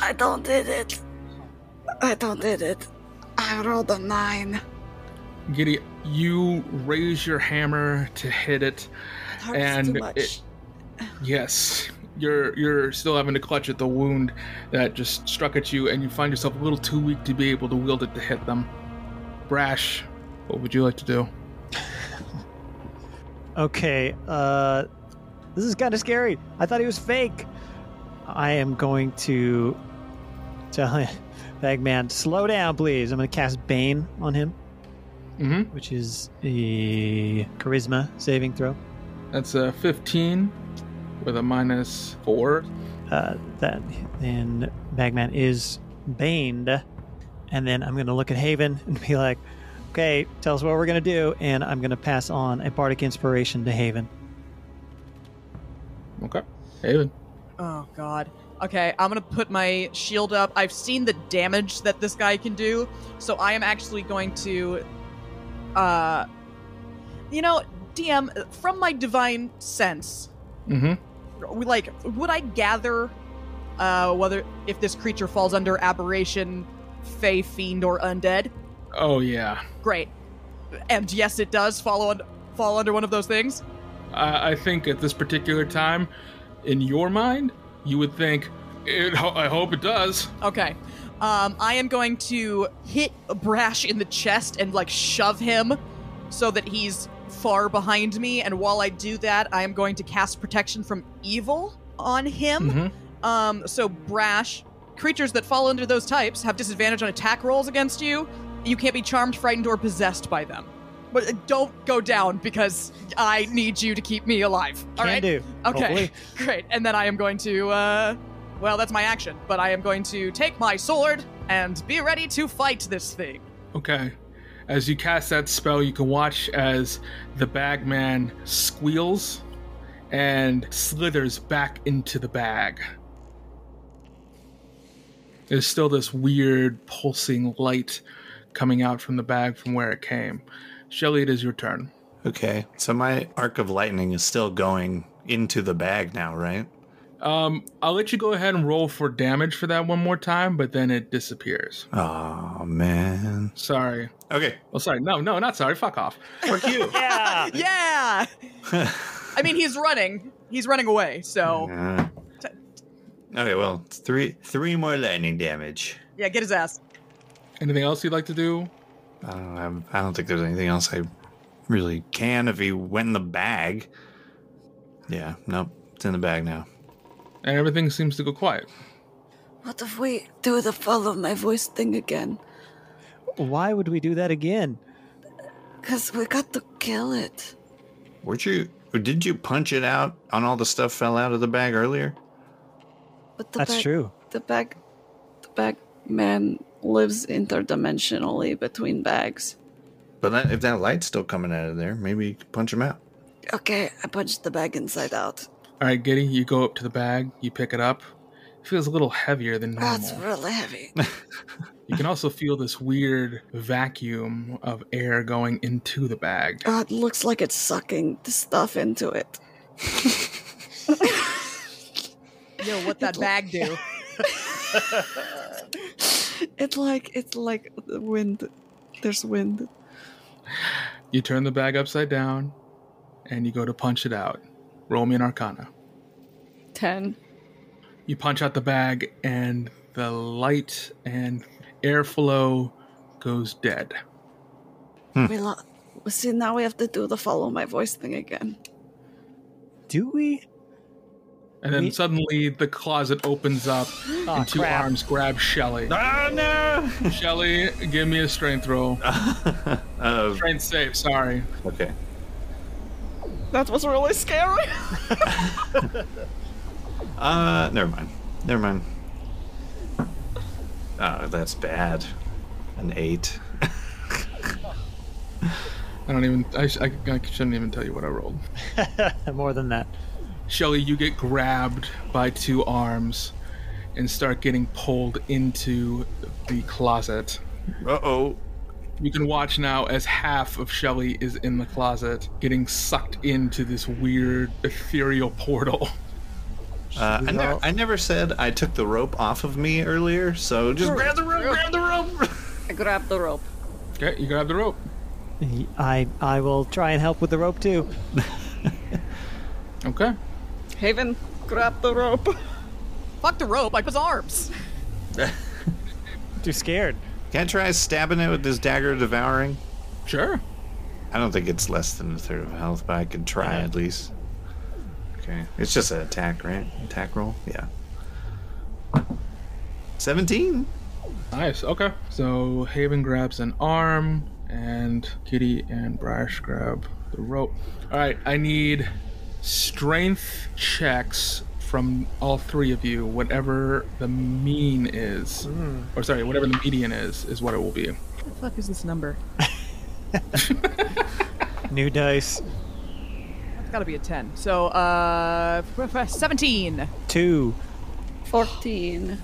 [SPEAKER 3] I don't hit it. I don't hit it. I rolled a nine.
[SPEAKER 2] Giddy, you raise your hammer to hit it.
[SPEAKER 3] Hurts
[SPEAKER 2] And
[SPEAKER 3] too much.
[SPEAKER 2] it- Yes, you're you're still having to clutch at the wound that just struck at you, and you find yourself a little too weak to be able to wield it to hit them. Brash, what would you like to do?
[SPEAKER 1] Okay, uh, this is kind of scary. I thought he was fake. I am going to tell him, Bagman, slow down, please. I'm going to cast Bane on him,
[SPEAKER 2] Mm-hmm.
[SPEAKER 1] which is a charisma saving throw.
[SPEAKER 2] That's a 15 with a minus four.
[SPEAKER 1] Uh, that then Bagman is baned, and then I'm going to look at Haven and be like, "Okay, tell us what we're going to do," and I'm going to pass on a bardic inspiration to Haven.
[SPEAKER 2] Okay. Haven.
[SPEAKER 4] Oh god. Okay, I'm gonna put my shield up. I've seen the damage that this guy can do, so I am actually going to, uh, you know, DM from my divine sense.
[SPEAKER 2] Mm-hmm.
[SPEAKER 4] we- Like, would I gather, uh, whether if this creature falls under aberration, fey, fiend, or undead?
[SPEAKER 2] Oh yeah.
[SPEAKER 4] Great. And yes, it does follow un- fall under one of those things.
[SPEAKER 2] I, I think at this particular time, in your mind, you would think, it, ho- I hope it does.
[SPEAKER 4] Okay. Um, I am going to hit Brash in the chest and like shove him so that he's far behind me. And while I do that, I am going to cast protection from evil on him.
[SPEAKER 2] Mm-hmm.
[SPEAKER 4] Um, so Brash, creatures that fall under those types have disadvantage on attack rolls against you. You can't be charmed, frightened, or possessed by them. But uh, don't go down because I need you to keep me alive.
[SPEAKER 1] Can
[SPEAKER 4] All right.
[SPEAKER 1] do.
[SPEAKER 4] Okay.
[SPEAKER 1] Hopefully.
[SPEAKER 4] Great. And then I am going to, uh, well, that's my action, but I am going to take my sword and be ready to fight this thing.
[SPEAKER 2] Okay. As you cast that spell, you can watch as the bagman squeals and slithers back into the bag. There's still this weird pulsing light coming out from the bag from where it came. Shelly, it is your turn.
[SPEAKER 5] Okay, so my arc of lightning is still going into the bag now, right?
[SPEAKER 2] Um, I'll let you go ahead and roll for damage for that one more time, but then it disappears.
[SPEAKER 5] Oh man.
[SPEAKER 2] Sorry.
[SPEAKER 5] Okay,
[SPEAKER 2] Well, sorry. No, no, not sorry. Fuck off.
[SPEAKER 5] fuck you.
[SPEAKER 1] Yeah.
[SPEAKER 4] Yeah! I mean, he's running. He's running away, so.
[SPEAKER 5] Uh, okay, well, it's three three more lightning damage.
[SPEAKER 4] Yeah, get his ass.
[SPEAKER 2] Anything else you'd like to do?
[SPEAKER 5] I don't, know, Um, I don't think there's anything else I really can if he went in the bag. Yeah, nope, it's in the bag now.
[SPEAKER 2] And everything seems to go quiet.
[SPEAKER 3] what if we do the follow my voice thing again?
[SPEAKER 1] Why would we do that again?
[SPEAKER 3] Because we got to kill it.
[SPEAKER 5] Weren't you? or Did you punch it out on all the stuff fell out of the bag earlier?
[SPEAKER 3] But the
[SPEAKER 1] That's
[SPEAKER 3] bag,
[SPEAKER 1] true.
[SPEAKER 3] The bag, the bag man lives interdimensionally between bags.
[SPEAKER 5] But that, if that light's still coming out of there, maybe you could punch him out.
[SPEAKER 3] Okay, I punched the bag inside out.
[SPEAKER 2] All right, Giddy, you go up to the bag. You pick it up. It feels a little heavier than normal.
[SPEAKER 3] That's really heavy.
[SPEAKER 2] You can also feel this weird vacuum of air going into the bag.
[SPEAKER 3] Oh, it looks like it's sucking the stuff into it.
[SPEAKER 4] Yo, what that bag do?
[SPEAKER 3] It's like it's like the wind. There's wind.
[SPEAKER 2] You turn the bag upside down and you go to punch it out. Roll me an arcana.
[SPEAKER 3] 10.
[SPEAKER 2] You punch out the bag and the light and airflow goes dead.
[SPEAKER 1] Hmm.
[SPEAKER 3] We lo- See, now we have to do the follow my voice thing again.
[SPEAKER 1] Do we?
[SPEAKER 2] And then
[SPEAKER 1] Me-
[SPEAKER 2] suddenly the closet opens up
[SPEAKER 1] Oh,
[SPEAKER 2] and two
[SPEAKER 1] crap.
[SPEAKER 2] arms grab Shelly.
[SPEAKER 5] Ah, no! Ah.
[SPEAKER 2] Shelly, give me a strength roll.
[SPEAKER 5] Uh,
[SPEAKER 2] Strength save, sorry.
[SPEAKER 5] okay.
[SPEAKER 4] That was really scary.
[SPEAKER 5] Uh, never mind. Never mind. Oh, that's bad. An eight.
[SPEAKER 2] I don't even, I, sh- I, I shouldn't even tell you what I rolled.
[SPEAKER 1] More than that.
[SPEAKER 2] Shelly, you get grabbed by two arms and start getting pulled into the closet.
[SPEAKER 5] Uh oh.
[SPEAKER 2] You can watch now as half of Shelly is in the closet, getting sucked into this weird ethereal portal.
[SPEAKER 5] Uh, I,
[SPEAKER 1] we
[SPEAKER 5] ne-
[SPEAKER 1] all-
[SPEAKER 5] I never said I took the rope off of me earlier, so just grab the rope, grab the rope.
[SPEAKER 3] I grab the rope.
[SPEAKER 2] Okay, you grab the rope.
[SPEAKER 1] I I will try and help with the rope too.
[SPEAKER 2] Okay.
[SPEAKER 3] Haven, grab the rope.
[SPEAKER 4] Fuck the rope. Like his arms.
[SPEAKER 1] Too scared.
[SPEAKER 5] Can I try stabbing it with this dagger of devouring?
[SPEAKER 2] Sure.
[SPEAKER 5] I don't think it's less than a third of health, but I could try at least. Okay. It's just an attack, right? Attack roll? Yeah. 17?
[SPEAKER 2] Nice. Okay. So Haven grabs an arm, and Kitty and Brash grab the rope. All right. I need strength checks from all three of you. Whatever the mean is, or sorry, whatever the median is, is what it will be.
[SPEAKER 4] What the fuck is this number?
[SPEAKER 1] New dice.
[SPEAKER 4] It's got to be a ten. So uh, seventeen.
[SPEAKER 1] Two.
[SPEAKER 3] 14.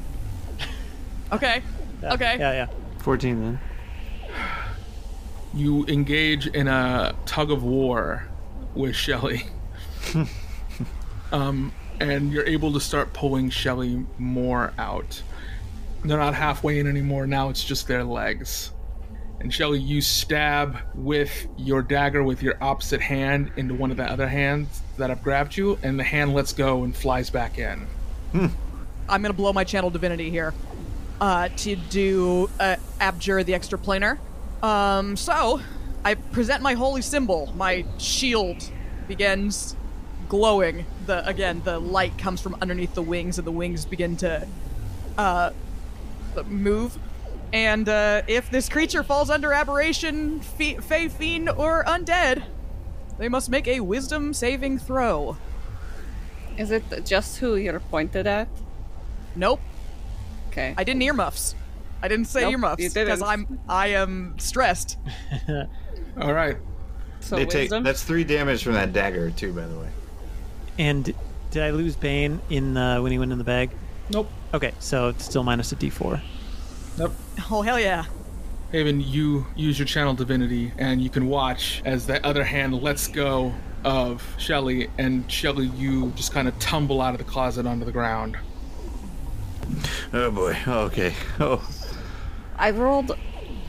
[SPEAKER 4] Okay.
[SPEAKER 1] Yeah,
[SPEAKER 4] Okay.
[SPEAKER 1] Yeah, yeah.
[SPEAKER 5] 14 then.
[SPEAKER 2] You engage in a tug of war with Shelly. um, and you're able to start pulling Shelly more out. They're not halfway in anymore, now it's just their legs. And Shelly, you stab with your dagger with your opposite hand into one of the other hands that have grabbed you, and the hand lets go and flies back in.
[SPEAKER 4] I'm gonna blow my channel divinity here uh, to do uh, abjure the extraplanar. Um, so I present my holy symbol. My shield begins glowing. The again, the light comes from underneath the wings, and the wings begin to uh, move. And uh, if this creature falls under aberration, fe- fey, fiend, or undead, they must make a wisdom saving throw.
[SPEAKER 3] Is it just who you're pointed at?
[SPEAKER 4] Nope,
[SPEAKER 3] Okay.
[SPEAKER 4] I didn't earmuffs. I didn't say
[SPEAKER 3] Nope,
[SPEAKER 4] earmuffs
[SPEAKER 3] you didn't.
[SPEAKER 4] because I'm I am stressed.
[SPEAKER 2] All right.
[SPEAKER 3] so
[SPEAKER 5] they take,
[SPEAKER 3] wisdom?
[SPEAKER 5] that's three damage from that dagger, too, by the way.
[SPEAKER 1] And did I lose Bane in uh, when he went in the bag?
[SPEAKER 2] Nope.
[SPEAKER 1] Okay, so it's still minus a D4.
[SPEAKER 2] Nope.
[SPEAKER 4] Oh hell yeah!
[SPEAKER 2] Haven, you use your channel divinity, and you can watch as the other hand lets go of Shelly, and Shelly, you just kind of tumble out of the closet onto the ground.
[SPEAKER 5] Oh boy. Okay. Oh.
[SPEAKER 3] I rolled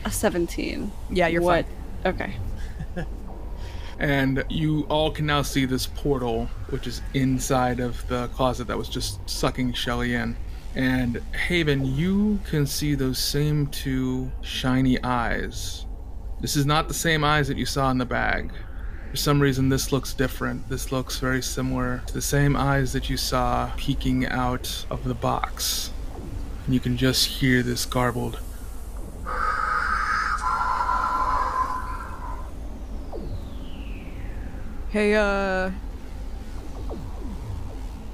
[SPEAKER 3] a 17.
[SPEAKER 4] Yeah, you're
[SPEAKER 3] what?
[SPEAKER 4] fine.
[SPEAKER 3] Okay.
[SPEAKER 2] And you all can now see this portal, which is inside of the closet that was just sucking Shelly in. And Haven, you can see those same two shiny eyes. This is not the same eyes that you saw in the bag. For some reason, this looks different. This looks very similar to the same eyes that you saw peeking out of the box. And you can just hear this garbled.
[SPEAKER 4] Hey, uh,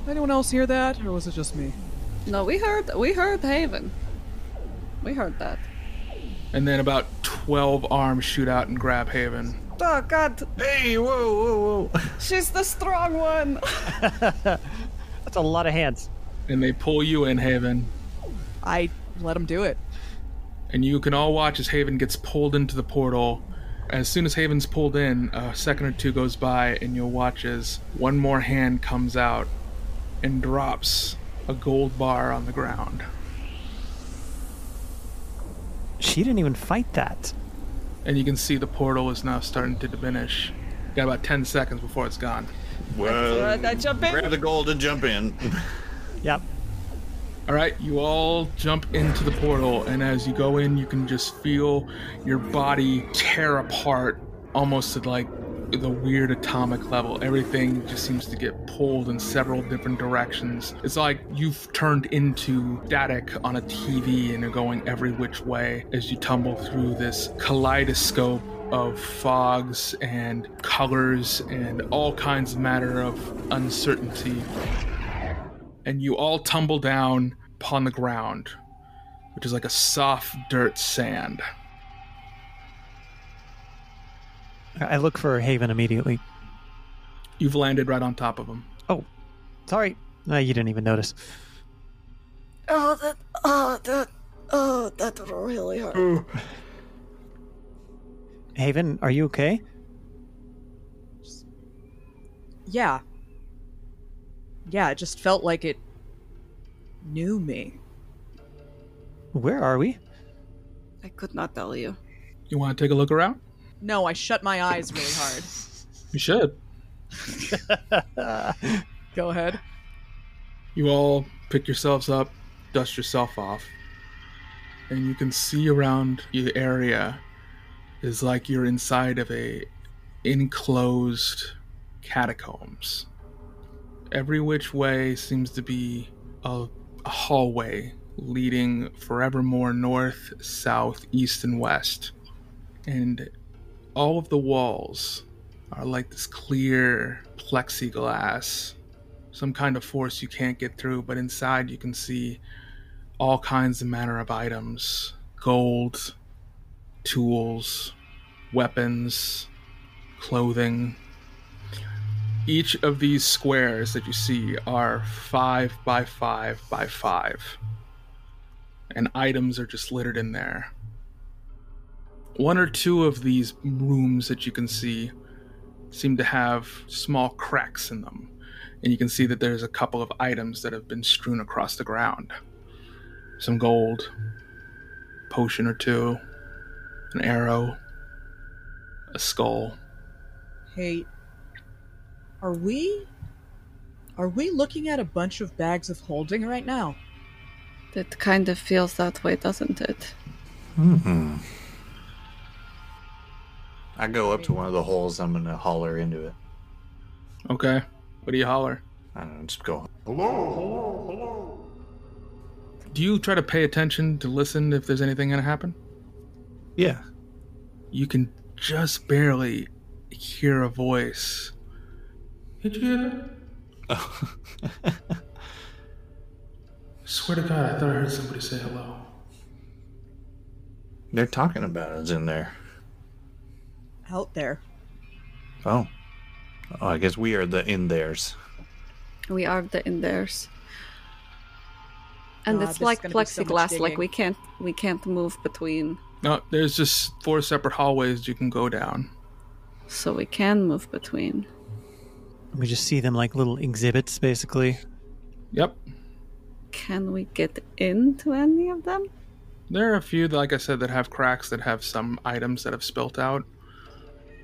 [SPEAKER 4] anyone else hear that, or was it just me?
[SPEAKER 3] No, we heard we heard Haven. We heard that.
[SPEAKER 2] And then about 12 arms shoot out and grab Haven.
[SPEAKER 3] Oh god,
[SPEAKER 5] Hey, whoa, whoa, whoa.
[SPEAKER 3] she's the strong one.
[SPEAKER 1] That's a lot of hands.
[SPEAKER 2] and they pull you in Haven,
[SPEAKER 4] I let him do it.
[SPEAKER 2] and you can all watch as Haven gets pulled into the portal. As soon as Haven's pulled in, a second or two goes by, and you'll watch as one more hand comes out and drops a gold bar on the ground.
[SPEAKER 1] She didn't even fight that.
[SPEAKER 2] and you can see the portal is now starting to diminish. Got about 10 seconds before it's gone.
[SPEAKER 5] Well,
[SPEAKER 6] right, I jump in.
[SPEAKER 5] grab the gold and jump in.
[SPEAKER 1] Yep.
[SPEAKER 2] All right, you all jump into the portal, and as you go in, you can just feel your body tear apart almost at like the weird atomic level. Everything just seems to get pulled in several different directions. It's like you've turned into static on a TV and are going every which way as you tumble through this kaleidoscope of fogs and colors and all kinds of matter of uncertainty and you all tumble down upon the ground, which is like a soft dirt sand.
[SPEAKER 1] I look for Haven immediately.
[SPEAKER 2] You've landed right on top of him.
[SPEAKER 1] Oh, sorry. No, you didn't even notice.
[SPEAKER 6] Oh, that, oh, that, oh, that really hurt.
[SPEAKER 1] Haven, are you okay?
[SPEAKER 4] Yeah. Yeah, it just felt like it knew me.
[SPEAKER 1] Where are we?
[SPEAKER 3] I could not tell you.
[SPEAKER 2] You want to take a look around?
[SPEAKER 4] No, I shut my eyes really hard.
[SPEAKER 2] You should.
[SPEAKER 4] Go ahead.
[SPEAKER 2] You all pick yourselves up, dust yourself off, and you can see around the area is like you're inside of a enclosed catacombs. Every which way seems to be a, a hallway leading forevermore north, south, east, and west. And all of the walls are like this clear plexiglass, some kind of force you can't get through, but inside you can see all kinds of manner of items gold, tools, weapons, clothing. Each of these squares that you see are five by five by five, and items are just littered in there one or two of these rooms that you can see seem to have small cracks in them and you can see that there's a couple of items that have been strewn across the ground some gold potion or two an arrow a skull
[SPEAKER 4] Hey, are we are we looking at a bunch of bags of holding right now?
[SPEAKER 3] It kind of feels that way, doesn't it?
[SPEAKER 5] I go up to one of the holes. I'm gonna holler into it.
[SPEAKER 2] okay what do you holler
[SPEAKER 5] I don't know. Just go.
[SPEAKER 2] do you try to pay attention to listen if there's anything gonna happen
[SPEAKER 5] Yeah.
[SPEAKER 2] you can just barely hear a voice did you hear that Swear to God, I thought I heard somebody say hello.
[SPEAKER 5] They're talking about us in there.
[SPEAKER 4] Out there.
[SPEAKER 5] Oh. Oh, I guess we are the in theirs.
[SPEAKER 3] We are the in theirs. And
[SPEAKER 4] God, this
[SPEAKER 3] it's
[SPEAKER 4] is
[SPEAKER 3] like
[SPEAKER 4] gonna be so much
[SPEAKER 3] plexiglass, like
[SPEAKER 4] digging.
[SPEAKER 3] we can't we can't move between
[SPEAKER 2] No, there's just four separate hallways you can go down.
[SPEAKER 3] so we can move between.
[SPEAKER 1] We just see them like little exhibits, basically.
[SPEAKER 2] Yep.
[SPEAKER 3] Can we get into any of them?
[SPEAKER 2] There are a few, like I said, that have cracks that have some items that have spilt out.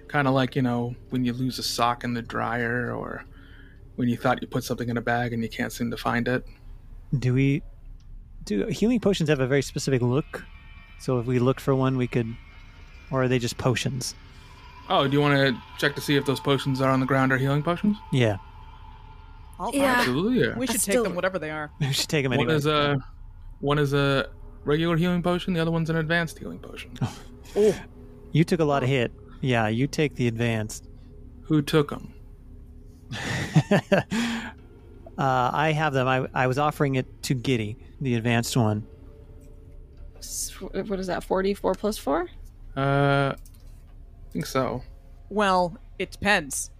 [SPEAKER 2] Kind of like, you know, when you lose a sock in the dryer or when you thought you put something in a bag and you can't seem to find it.
[SPEAKER 1] Do we do healing potions have a very specific look? So if we looked for one, we could or are they just potions?
[SPEAKER 2] Oh, do you want to check to see if those potions are on the ground are healing potions?
[SPEAKER 1] Yeah.
[SPEAKER 4] I'll
[SPEAKER 6] Yeah.
[SPEAKER 2] Absolutely. Yeah.
[SPEAKER 4] We
[SPEAKER 6] I
[SPEAKER 4] should take
[SPEAKER 6] still-
[SPEAKER 4] them, whatever they are.
[SPEAKER 1] We should take them
[SPEAKER 2] One
[SPEAKER 1] anyway.
[SPEAKER 2] is a one is a regular healing potion, the other one's an advanced healing potion.
[SPEAKER 1] You took a lot of hit. Yeah, you take the advanced.
[SPEAKER 2] Who took them?
[SPEAKER 1] uh, I have them. I, I was offering it to Giddy, the advanced one.
[SPEAKER 3] S- What is that? Forty-four plus four?
[SPEAKER 2] Uh, I think so.
[SPEAKER 4] Well, it depends.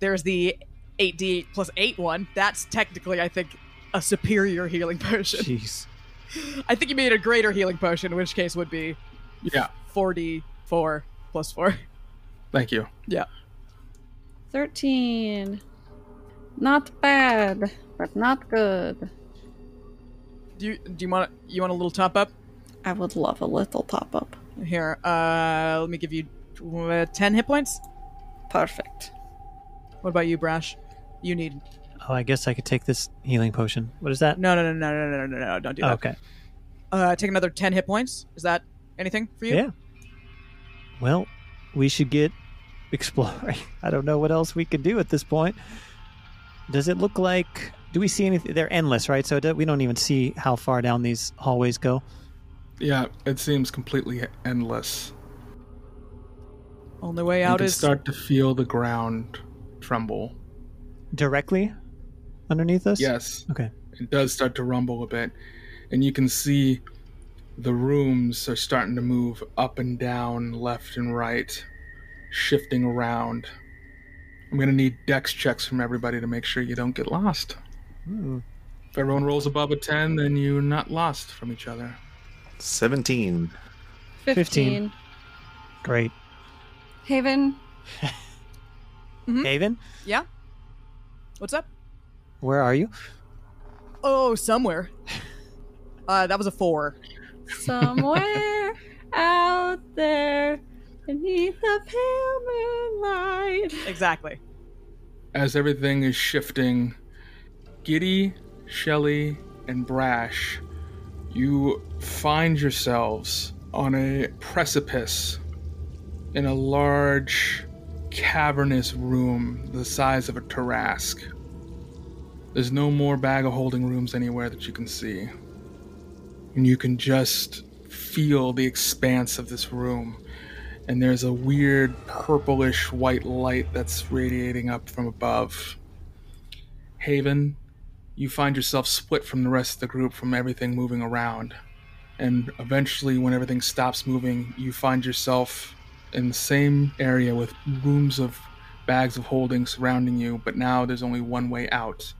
[SPEAKER 4] There's the 8d plus 8 one. That's technically, I think, a superior healing potion.
[SPEAKER 1] Jeez.
[SPEAKER 4] I think you made a greater healing potion, in which case would be
[SPEAKER 2] Yeah.
[SPEAKER 4] 44 plus 4.
[SPEAKER 2] Thank you.
[SPEAKER 3] Thirteen. Not bad, but not good.
[SPEAKER 4] Do you, do you want you want a little top up?
[SPEAKER 3] I would love a little top up.
[SPEAKER 4] Here, uh, let me give you uh, 10 hit points.
[SPEAKER 3] Perfect.
[SPEAKER 4] What about you, Brash? You need.
[SPEAKER 1] Oh, I guess I could take this healing potion. What is that?
[SPEAKER 4] No, no, no, no, no, no, no, no, no, don't do that.
[SPEAKER 1] okay.
[SPEAKER 4] Uh, take another 10 hit points. Is that anything for you?
[SPEAKER 1] Yeah. Well, we should get exploring. I don't know what else we could do at this point. Does it look like? Do we see anything? They're endless, right? So do, we don't even see how far down these hallways go.
[SPEAKER 2] Yeah, it seems completely endless.
[SPEAKER 4] Only way
[SPEAKER 2] You
[SPEAKER 4] out
[SPEAKER 2] can
[SPEAKER 4] is.
[SPEAKER 2] start to feel the ground tremble.
[SPEAKER 1] Directly underneath us.
[SPEAKER 2] Yes,
[SPEAKER 1] Okay.
[SPEAKER 2] it does start to rumble a bit, and you can see the rooms are starting to move up and down, left and right, shifting around. I'm gonna need dex checks from everybody to make sure you don't get lost. If everyone rolls above a 10, then you're not lost from each other.
[SPEAKER 5] 17.
[SPEAKER 3] 15.
[SPEAKER 1] Fifteen. Great.
[SPEAKER 3] Haven,
[SPEAKER 1] Haven,
[SPEAKER 4] Yeah? What's up?
[SPEAKER 1] where are you?
[SPEAKER 4] Oh, somewhere. Uh, that was a four.
[SPEAKER 3] somewhere out there beneath the pale moonlight.
[SPEAKER 4] Exactly.
[SPEAKER 2] as everything is shifting, Giddy, Shelly, and Brash, you find yourselves on a precipice in a large, cavernous room the size of a Tarrasque. There's no more bag of holding rooms anywhere that you can see. And you can just feel the expanse of this room and there's a weird purplish white light that's radiating up from above. Haven, you find yourself split from the rest of the group from everything moving around. And eventually, when everything stops moving, you find yourself in the same area with rooms of bags of holding surrounding you, but now there's only one way out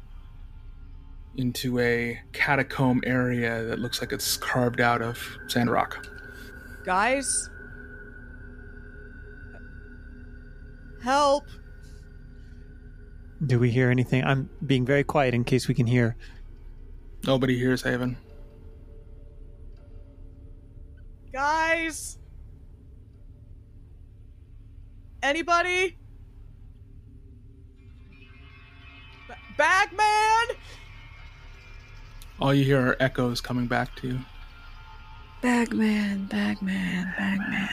[SPEAKER 2] into a catacomb area that looks like it's carved out of sand rock.
[SPEAKER 4] Guys? Help!
[SPEAKER 1] Do we hear anything? I'm being very quiet in case we can hear.
[SPEAKER 2] Nobody hears Haven.
[SPEAKER 4] Guys! Anybody? Ba- Bagman!
[SPEAKER 2] All you hear are echoes coming back to you.
[SPEAKER 3] Bagman, Bagman, Bagman.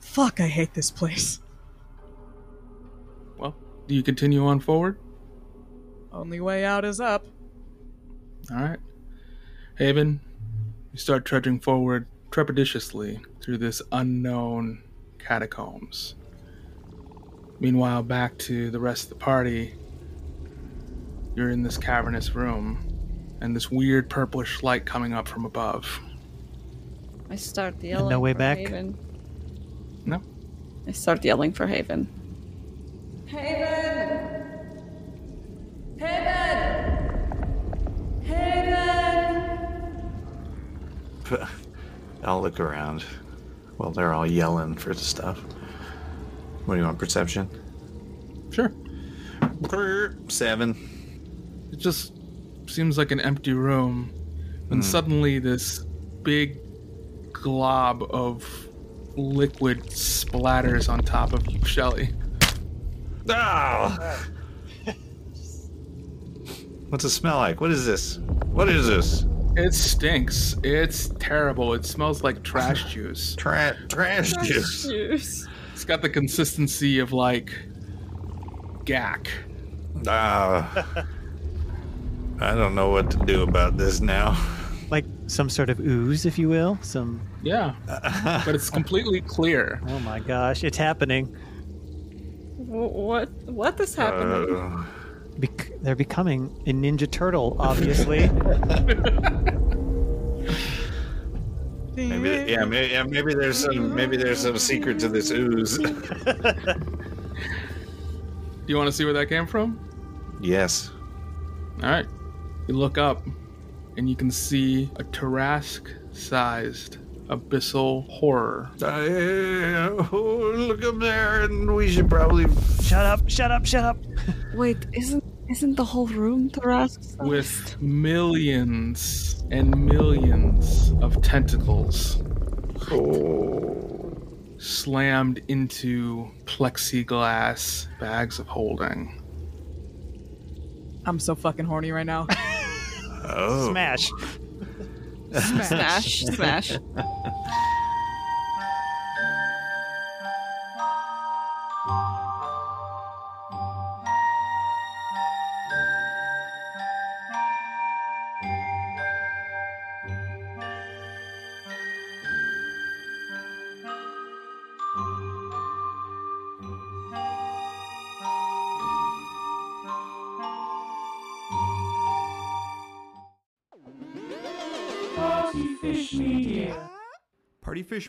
[SPEAKER 4] Fuck, I hate this place.
[SPEAKER 2] Well, do you continue on forward?
[SPEAKER 4] Only way out is up.
[SPEAKER 2] All right. Haven, you start trudging forward trepidatiously through this unknown catacombs. Meanwhile, back to the rest of the party, you're in this cavernous room and this weird purplish light coming up from above.
[SPEAKER 3] I start yelling.
[SPEAKER 1] no way
[SPEAKER 3] for
[SPEAKER 1] back?
[SPEAKER 3] Haven.
[SPEAKER 2] No?
[SPEAKER 3] I start yelling for Haven.
[SPEAKER 5] I'll look around. Well, they're all yelling for the stuff. What do you want, perception?
[SPEAKER 2] Sure.
[SPEAKER 5] Grr, Seven.
[SPEAKER 2] It just seems like an empty room. And suddenly, this big glob of liquid splatters on top of you, Shelly.
[SPEAKER 5] Ah! What's it smell like? What is this? What is this?
[SPEAKER 2] It stinks. It's terrible. It smells like trash juice.
[SPEAKER 5] Tra- trash juice.
[SPEAKER 3] Juice.
[SPEAKER 2] It's got the consistency of like gack.
[SPEAKER 5] Ah. I don't know what to do about this now.
[SPEAKER 1] Like some sort of ooze, if you will. Some.
[SPEAKER 2] Yeah. But it's completely clear.
[SPEAKER 1] Oh my gosh, it's happening.
[SPEAKER 3] Wh- What? What is happening?
[SPEAKER 5] Uh,
[SPEAKER 1] Bec- they're becoming a Ninja Turtle, obviously.
[SPEAKER 5] maybe, yeah, maybe, yeah, maybe there's some, maybe there's some secret to this ooze.
[SPEAKER 2] Do you want to see where that came from?
[SPEAKER 5] yes.
[SPEAKER 2] All right. You look up and you can see a Tarrasque sized abyssal horror.
[SPEAKER 5] Uh, oh, look up there, and we should probably.
[SPEAKER 1] shut up! Shut up! Shut up!
[SPEAKER 3] Wait, isn't isn't the whole room Tarrasque?
[SPEAKER 2] with millions and millions of tentacles
[SPEAKER 5] Oh.
[SPEAKER 2] slammed into plexiglass bags of holding.
[SPEAKER 4] I'm so fucking horny right now.
[SPEAKER 5] Oh.
[SPEAKER 1] Smash.
[SPEAKER 3] Smash, smash.
[SPEAKER 7] Partyfish